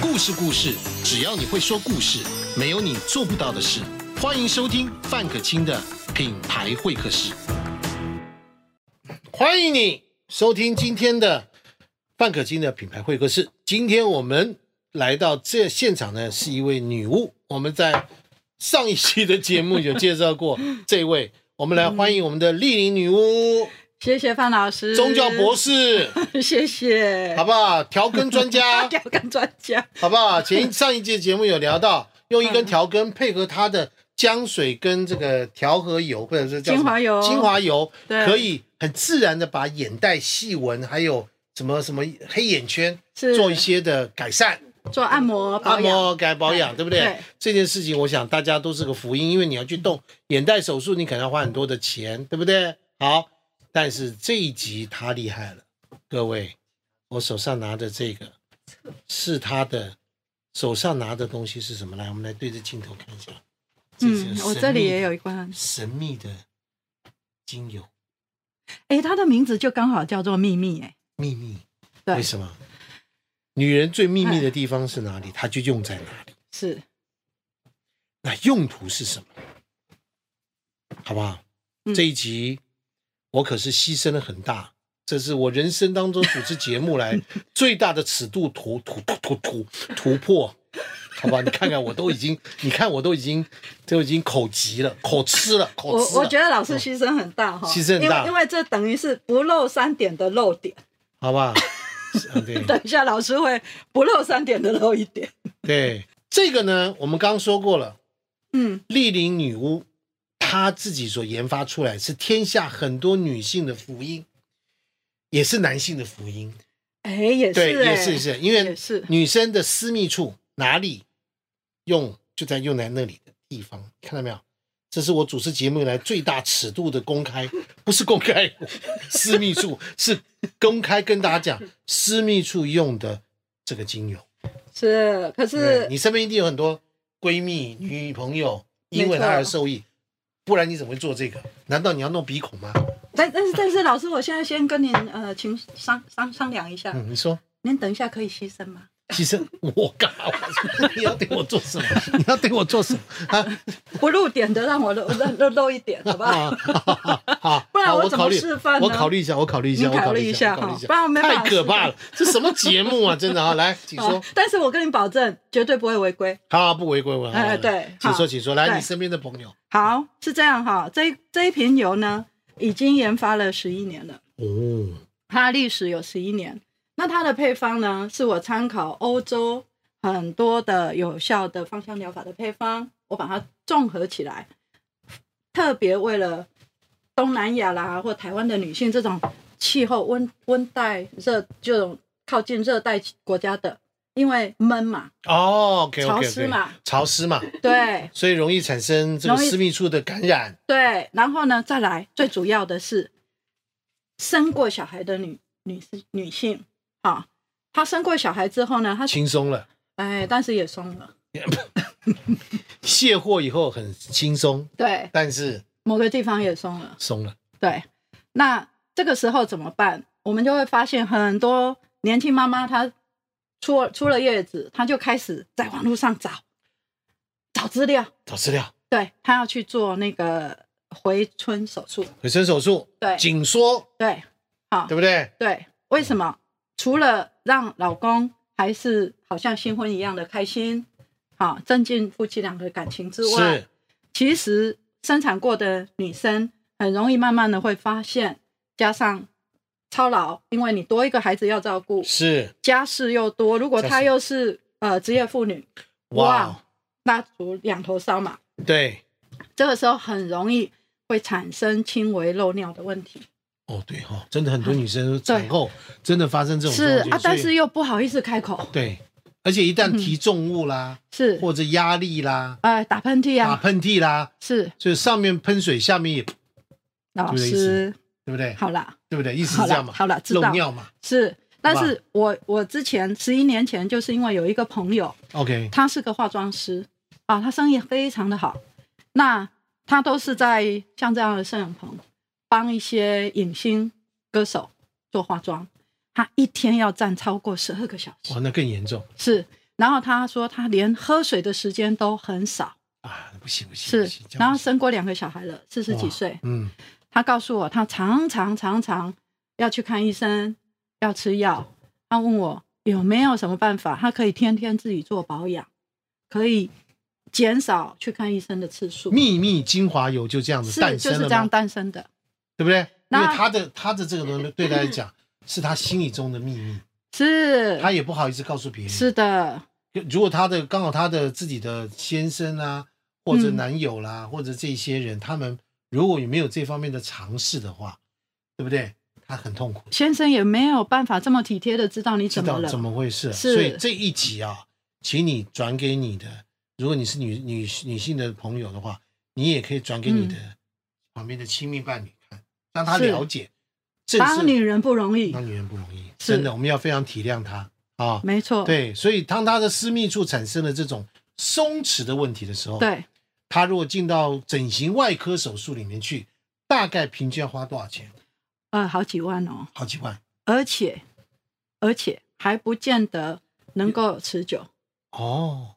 故事故事，只要你会说故事，没有你做不到的事。欢迎收听范可清的品牌会客室。欢迎你收听今天的范可清的品牌会客室。今天我们来到这现场呢，是一位女巫。我们在上一期的节目有介绍过这位，我们来欢迎我们的丽玲女巫、谢谢范老师，宗教博士，士， 谢谢，，好不好？调羹专家调羹专家， 好不好？ 前一上一届节目有聊到，用嗯一根调羹配合它的姜水跟这个调和油，或者是叫什么精华油精华油对可以很自然的把眼袋细纹还有什么什么黑眼圈是做一些的改善，做按摩保按养，摩改保养，对对不对？对这件事情我想大家都是个福音，因为你要去动眼袋手术，你可能要花很多的钱，对不对？好，但是这一集他厉害了，各位，我手上拿的这个是他的。手上拿的东西是什么？来，我们来对着镜头看一下。是嗯神，我秘这里也的有一罐，神秘的精油哎，它的名字就刚好叫做秘密，哎，秘密，为对，哎什么？女人最秘密的地方是哪里？她就用在哪里？是，那用途是什么？好不好？嗯这一集我可是牺牲了很大，这是我人生当中主持节目 来最大的尺度突突突突突突破，好吧？你看看我都已经，你看我都已经都已经口急了，口吃了，口我吃了。我觉得老师牺牲很大哈，啊哦牺牲很大因为因为这等于是不露三点的露点， 好吧？是啊，对。等一下老师会不露三点的露一点，对，这个呢，我们刚刚说过了，嗯，丽玲女巫她自己所研发出来是天下很多女性的福音，也是男性的福音。哎，也是，对，哎也是也，是，因为也是女生的私密处哪里用就在用在那里的地方，看到没有？这是我主持节目以来最大尺度的公开， 不是公开私密处，是公开跟大家讲私密处用的这个精油。是，对可是你身边一定有很多闺蜜、女朋友，没因为她错而受益，不然你怎么会做这个？难道你要弄鼻孔吗？但但是但是老师，我现在先跟您呃，请商商商量一下，嗯，你说您等一下可以牺牲吗？牺牲我干嘛？我你要对我做 什么？你要对我做什么啊？不露点的，让我露 露露露一点，好不好？ 啊好好，不然好我我怎么考虑示范呢我考虑一下，我考虑一下，你我考虑虑一下我考虑哈不然我没办法太可怕示了，这什么节目 啊？真的啊，来，请好说，哦但是我跟你保证，绝对不会违规。好，不违规违哎对啊请好说，请说，来，对你身边的朋友好，是这样哈，这一这一瓶油呢，已经研发了十一年了，哦，它的历史有十一年。那它的配方呢，是我参考欧洲很多的有效的芳香疗法的配方，我把它综合起来，特别为了东南亚啦或台湾的女性这种气候温温带热这种靠近热带国家的，因为闷嘛，哦，OK，潮湿嘛，潮湿嘛，对，所以容易产生这个容易私密处的感染。对，然后呢，再来最主要的是，生过小孩的女女士女性啊，她生过小孩之后呢，她轻松了，哎，但是也松了，卸货以后很轻松，对，但是某个地方也松了，松了。对。那这个时候怎么办？我们就会发现很多年轻妈妈她出了出了月子，她就开始在网络上找找资料，找资料，对她要去做那个回春手术，回身手术，对紧缩，对，好，对不对？对，为什么？除了让老公还是好像新婚一样的开心，好、增进夫妻两个感情之外，是，其实生产过的女生很容易慢慢的会发现，加上操劳，因为你多一个孩子要照顾，是，家事又多，如果家她事又是呃职业妇女，哇，，哦蜡烛两头烧嘛，对，这个时候很容易会产生轻微漏尿的问题。哦对哈、真的很多女生产后真的发生这种是状啊况，但所是嗯以又不好意思开口，对，而且一旦提重物啦，是或者压力啦、呃打喷嚏打啊，喷嚏啦，是所以上面喷水，下面也，对老对不对师，不对？好啦，对不对？意思是这样嘛？好了好了知道漏尿嘛是，但好吧是我我之前十一年前就是因为有一个朋友， ？OK，他是个化妆师啊，他生意非常的好，那他都是在像这样的摄影棚帮一些影星歌手做化妆，他一天要站超过十二个小时，哇，那更严重，是，然后他说他连喝水的时间都很少，啊，不行不行，是不行，这样然后不行生过两个小孩了，四十几哇岁。嗯他告诉我，他常常常常要去看医生，要吃药。他问我有没有什么办法，他可以天天自己做保养，可以减少去看医生的次数。秘密精华油就这样子是诞就生是了这样吗？诞生的，对不对？因那为他的他的这个东西对他来讲是他心里中的秘密，是他也不好意思告诉别人。是的，如果他的刚好他的自己的先生啊，或者嗯男友啦，或者这些人，他们如果没有这方面的尝试的话，对不对？他很痛苦，先生也没有办法这么体贴的知道你知怎么道了，怎么回事。是所以这一集啊，请你转给你的，如果你是女女女性的朋友的话，你也可以转给你的旁边的亲密伴侣看，让他嗯是了解，这是当女人不容易，当女人不容易，是真的，我们要非常体谅她啊。没错，对，所以当他的私密处产生了这种松弛的问题的时候，对他如果进到整形外科手术里面去，大概平均要花多少钱？呃，好几万哦，好几万而且而且还不见得能够持久，哦。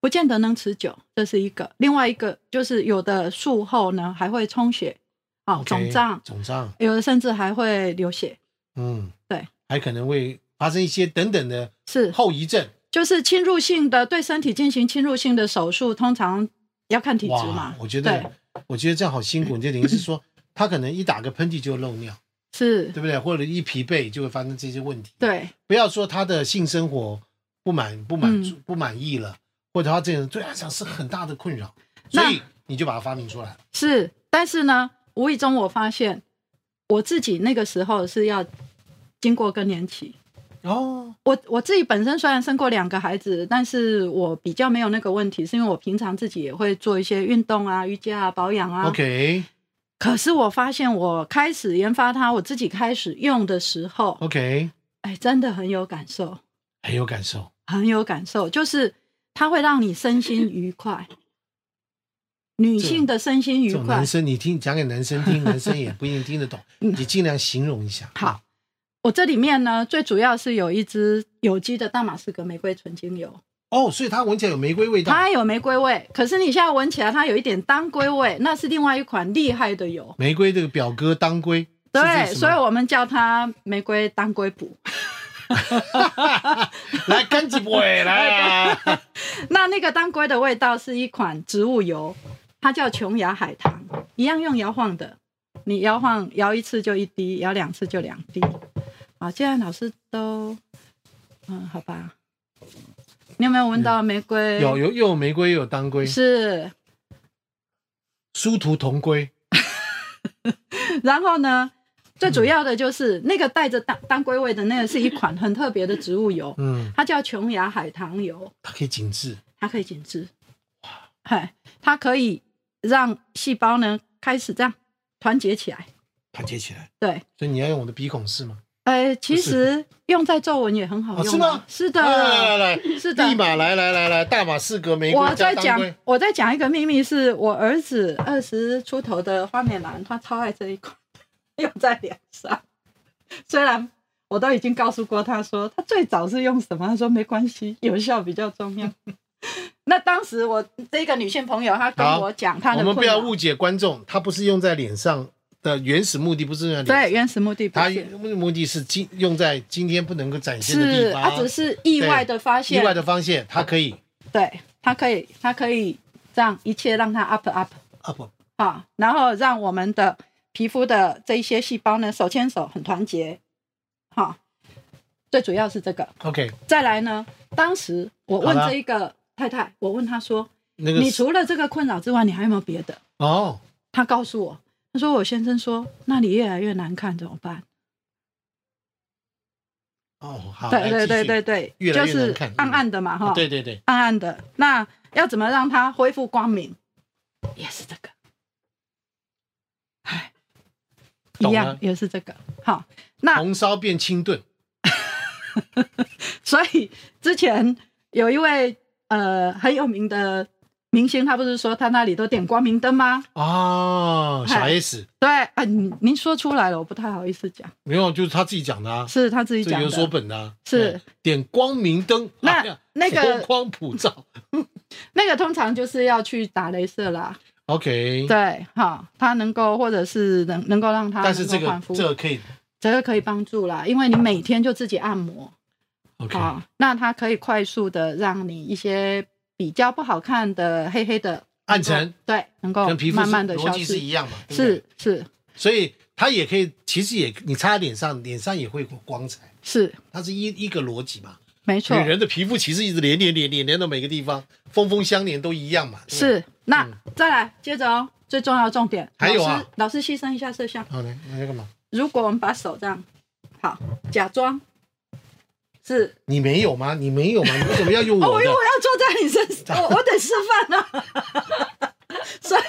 不见得能持久，这是一个。另外一个就是有的术后呢还会充血，啊、哦 OK，肿胀，肿胀，有的甚至还会流血，嗯，对，还可能会发生一些等等的是后遗症。就是侵入性的对身体进行侵入性的手术，通常要看体质哇嘛，，我觉对得，我觉得这样好辛苦。你就等于是说，他可能一打个喷嚏就漏尿，是对，不对？或者一疲惫就会发生这些问题。对，不要说他的性生活不满不满嗯足、不满意了，或者他这个人对他来讲是很大的困扰，那所以你就把它发明出来。是，但是呢，无意中我发现我自己那个时候是要经过更年期。哦，我我自己本身虽然生过两个孩子，但是我比较没有那个问题，是因为我平常自己也会做一些运动啊、瑜伽啊、保养啊。 OK 可是我发现，我开始研发它，我自己开始用的时候， OK，哎，真的很有感受，很有感受。很有感受，就是它会让你身心愉快，女性的身心这愉种快嗯男。生，你听讲给男生听，男生也不一定听得 懂，你尽量形容一下。好，我这里面呢，最主要是有一支有机的大马士革玫瑰纯精油，哦，所以它闻起来有玫瑰味道。它有玫瑰味，可是你现在闻起来它有一点当归味，那是另外一款厉害的油。玫瑰这个表哥当归，是这对，个意思所以吗我们叫它玫瑰当归补。来干几杯 来啊！那那个当归的味道是一款植物油，它叫琼崖海棠，一样用摇晃的，你摇晃摇一次就一滴，摇两次就两滴。好，既然老师都，嗯，好吧。你有没有闻到玫瑰？嗯有有又有玫瑰又有当归，是，殊途同归。然后呢，最主要的就是那个带着当当归味的那个是一款很特别的植物油，嗯，它叫琼崖海棠油，它可以紧致。它可以紧致，嗨，它可以让细胞呢开始这样团结起来。团结起来，对，所以你要用我的鼻孔试吗？呃，其实用在皱纹也很好哦用、啊是吗是来来的，来，是的立。马来来来来，大马士革玫我瑰加在当讲归，，我在讲一个秘密，是我儿子二十出头的花美男，他超爱这一款， 用在脸上。虽然我都已经告诉过他说，他最早是用什么，他说没关系，有效比较重要。 那当时我这个女性朋友，她跟好我讲她的我们不困扰要误解观众，它不是用在脸上的原始目的，不是用在脸上对，原始目的不它是目的是今用在今天不能够展现的是啊地，方，她只是意外的发意现，外的发现，它可以对，她可以，她可以这样一切让她 up up。啊不，啊，然后让我们的皮肤的这一些细胞呢手牵手很团结，哈、最主要是这个。 OK，再来呢，当时我问好了这一个太太，我问她说，那个你除了这个困扰之外，你还有没有别的？哦，她告诉我，她说我先生说那里越来越难看，怎么办？哦，好，来对对继续对对对，越来就越是难看嗯暗暗的嘛，哈、啊对对对，暗暗的。那要怎么让它恢复光明？也是这个，哎，一懂样了也是这个。好，那红烧变清炖，所以之前有一位呃很有名的明星他不是说他那里都点光明灯吗？哦，小嗨 S 对啊，您您说出来了，我不太好意思讲，没有，就是他自己讲的啊，是他自己这讲有所的。本的啊，是哎点光明灯，那哎呀那个佛光普照那个通常就是要去打镭射啦， ，OK，对，哈，他能够或者是能能够让他但是这能够个焕肤这个可以这个可以帮助啦，因为你每天就自己按摩 OK，啊，那它可以快速的让你一些比较不好看的黑黑的暗沉对，能够跟皮肤慢是慢的消逻辑是失，一样嘛，对不对是是所以它也可以，其实也你擦在脸上，脸上也会有光彩，是，它是一一个逻辑嘛。没错女，人的皮肤其实一直连连连连连到每个地方，峰峰相连都一样嘛。对不对。是。那再来接着哦，最重要的重点，嗯还有啊老师，老师牺牲一下摄像。好嘞，那要干嘛？如果我们把手这样，好，假装是你没有吗？你没有吗？你为什么要用 哦，我因为的我？要坐在你身上，我我得示范啊。 所以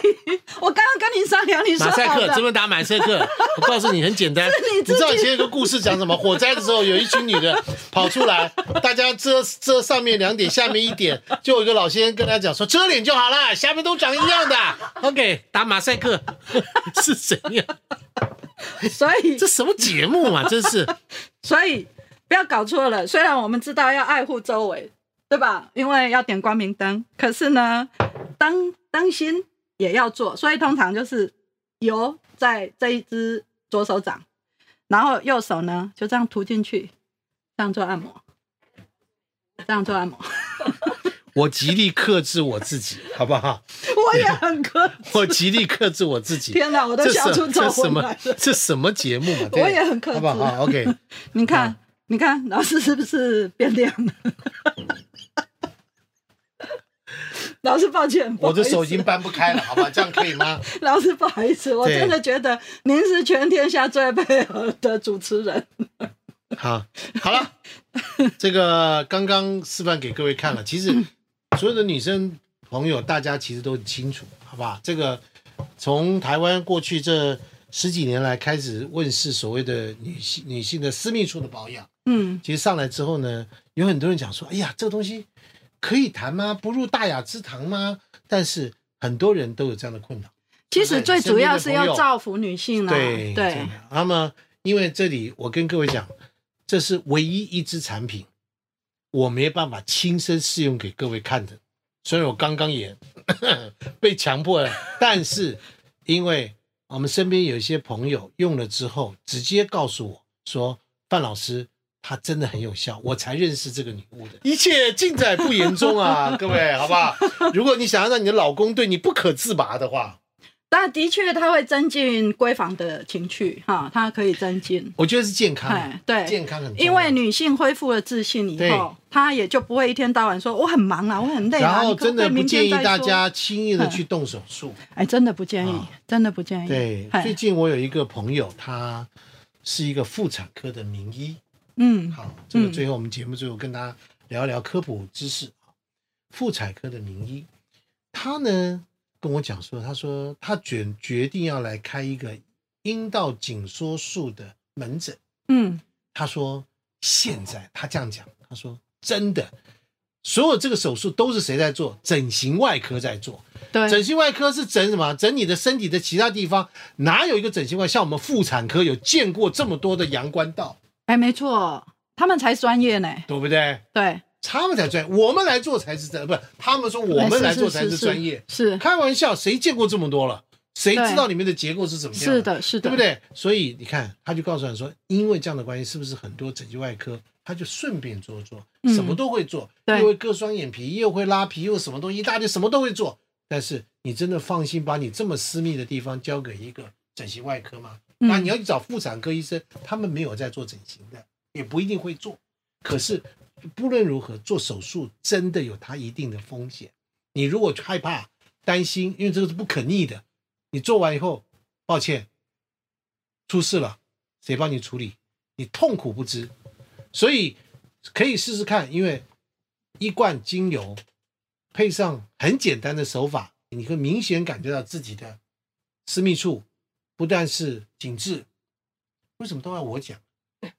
我刚刚跟你商量，你说马赛好克，的这，边打马赛 克。我告诉你，很简单。你你自己知道以前有个故事讲什么？火灾的时候，有一群女的跑出来，大家遮遮上面两点，下面一点，就有一个老先生跟他讲说遮脸就好了， 下面都长一样的。OK，打马赛克 是怎样？所以这什么节目啊？真是所以不要搞错了，虽然我们知道要爱护周围，对吧？因为要点光明灯，可是呢，灯灯芯也要做，所以通常就是油在这一只左手掌，然后右手呢就这样涂进去，这样做按摩，这样做按摩， 我极力克制我自己，好不好？我也很磕。我极力克制我自己。天哪，我都这笑什出这皱什纹么来了。这什么节目啊嘛？对我也很克制好不好？OK， 你看啊，你看，老师是不是变亮 了？老师，抱歉，不好我意思的手已经搬不开了，好吧？这样可以吗？老师不好意思，我对真的觉得您是全天下最配合的主持人。好，好了，这个刚刚示范给各位看了，其实所有的女生朋友，大家其实都很清楚，好吧？这个从台湾过去这十几年来开始问世所谓的女性女性的私密处的保养。嗯，其实上来之后呢，有很多人讲说，哎呀，这个东西可以谈吗？不入大雅之堂吗？但是很多人都有这样的困扰。其实最主要是要造福女性啦。啊对对，。那么，因为这里我跟各位讲，这是唯一一支产品，我没办法亲身试用给各位看的。虽然我刚刚也 被强迫了，但是因为我们身边有一些朋友用了之后，直接告诉我说：“范老师，它真的很有效。”我才认识这个女巫的。一切尽在不言中 啊，各位，好不好？如果你想要让你的老公对你不可自拔的话，但的确，它会增进闺房的情趣哈，它可以增进。我觉得是健康的哎，，对，健康很重要。因为女性恢复了自信以对后，她也就不会一天到晚说我很忙啊啦，我很累啦。然后你可真的可以不明天建议再大说，家轻易的去动手术。哎，真的不建议啊，真的不建议。对，哎最近我有一个朋友，他是一个妇产科的名医。嗯，好，这个最后我们节目最后跟大家聊一聊科普知识。啊妇产科的名医，他呢跟我讲说，他说他决决定要来开一个阴道紧缩术的门诊。嗯，他说现在他这样讲，他说真的，所有这个手术都是谁在做？整形外科在做。对，整形外科是整什么？整你的身体的其他地方，哪有一个整形外？像我们妇产科有见过这么多的阳关道，哎，没错，他们才专业呢。对不对？对，他们才专业，我们来做才是真，不是他们说我们来做才是专业。哎是开玩笑，谁见过这么多了？谁知道里面的结构是怎么样啊是的，是的，对不？对？所以你看，他就告诉你说，因为这样的关系，是不是很多整形外科他就顺便做做，嗯什么都会做，对又会割双眼皮，又会拉皮，又什么东西一大堆，什么都会做。但是你真的放心把你这么私密的地方交给一个整形外科吗？嗯那你要去找妇产科医生，他们没有在做整形的，也不一定会做。可是不论如何，做手术真的有它一定的风险。你如果害怕、担心，因为这个是不可逆的，你做完以后，抱歉，出事了，谁帮你处理？你痛苦不知，所以可以试试看，因为一罐精油配上很简单的手法，你会明显感觉到自己的私密处不但是紧致，为什么都要我讲？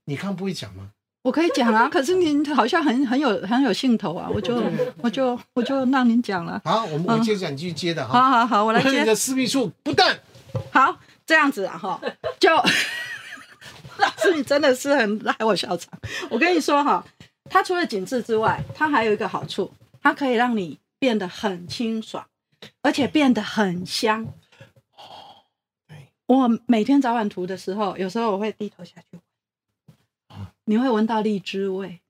你刚不会讲吗？我可以讲啊， 可是您好像很很有很有兴头啊，我就我就我就让您讲了。好，我们我接着你继续接的啊好哈。好好，我来你接。的私密处不但好，这样子 啊哈，就老师你真的是很拉我笑场。我跟你说哈，它除了紧致之外，它还有一个好处，它可以让你变得很清爽，而且变得很香。哦我每天早晚涂的时候，有时候我会低头下去闻，你会闻到荔枝味，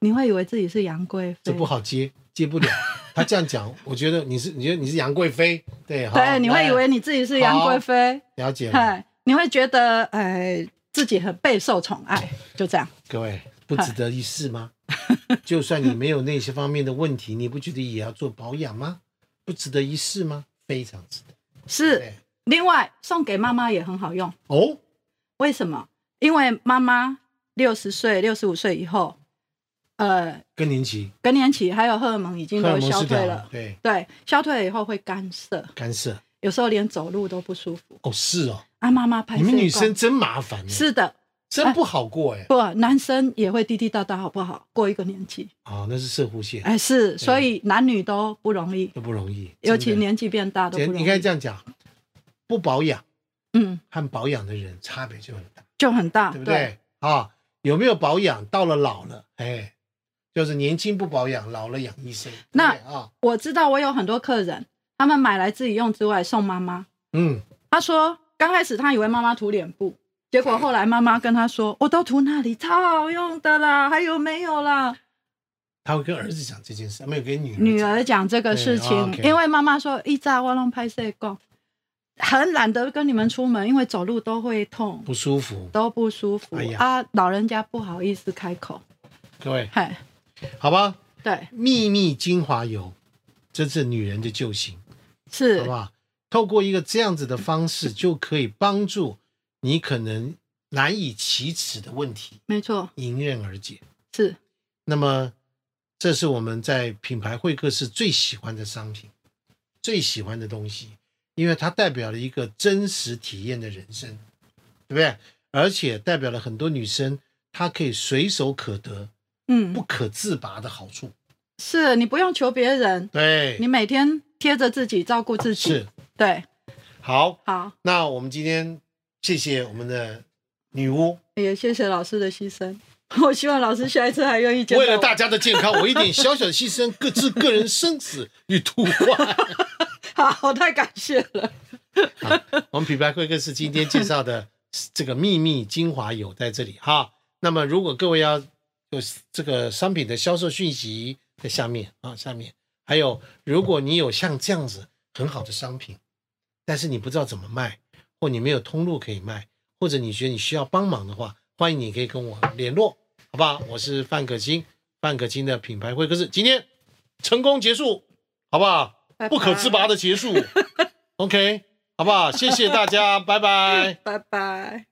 你会以为自己是杨贵这妃不。好接，接不了。他这样讲，我觉得你是，你觉得你是杨贵妃，对，好对，你会以来为你自己是杨贵妃，了解 了，嗨，哎你会觉得哎、自己很备受宠爱，就这样。各位不值得一试吗？ 就算你没有那些方面的问题，你不觉得也要做保养吗？不值得一试吗？非常值得。是对，另外送给妈妈也很好用，哦，为什么？因为妈妈六十岁、六十五岁以后，呃，更年期，更年期还有荷尔蒙已经荷尔都蒙消失调退了了，，对，对，消退了以后会干涩，干涉。有时候连走路都不舒服。哦，是哦，啊，妈妈拍你摄们女过生真麻烦，欸是的，真不好过哎。不，男生也会滴滴答答，好不好？过一个年纪，哦，那是射护线，哎，是，所以男女都不容易，都不容易，尤真其的年纪变大都不人容易。应该这样讲，不保养嗯，和保养的人差别就很大，就很大，对不对？啊，有没有保养，到了老了，哎，就是年轻不保养，老了养医生。对不那对啊，我知道我有很多客人，他们买来自己用之外送妈妈。嗯，他说刚开始他以为妈妈涂脸部，结果后来妈妈跟他说：“我都涂那里，超好用的啦，还有没有啦他会跟儿子讲这件事，没有跟女？”儿。女，儿讲这个事对啊情， ，OK 因为妈妈说一扎我弄拍摄过，很懒得跟你们出门，因为走路都会痛，不舒服。都不舒服、哎呀啊，老人家不好意思开口。各位，嘿，好吧，对，秘密精华油，这是女人的救星。好是不，好？透过一个这样子的方式，就可以帮助你可能难以启齿的问题没错，迎刃而解。是那么，这是我们在品牌会客室最喜欢的商品，最喜欢的东西，因为它代表了一个真实体验的人生，对不对？而且代表了很多女生她可以随手可得、嗯不，可自拔的好处。是你不用求别人，对你，每天贴着自己，照顾自己，是对，好。好，那我们今天谢谢我们的女巫。也谢谢老师的牺牲。 我希望老师下一次还愿意见到为我。了大家的健康，我一点小小的牺牲，各自个人生死与图画。好，太感谢了。 我们品牌会客室今天介绍的这个秘密精华有在这里哈。那么，如果各位要有这个商品的销售讯息，在下面啊，下面还有，如果你有像这样子很好的商品，但是你不知道怎么卖，或你没有通路可以卖，或者你觉得你需要帮忙的话，欢迎你可以跟我联络，好不好？我是范可欣，范可欣的品牌会客室今天成功结束，好不好？拜拜不可自拔的结束，OK，好不好？谢谢大家，拜拜。拜拜。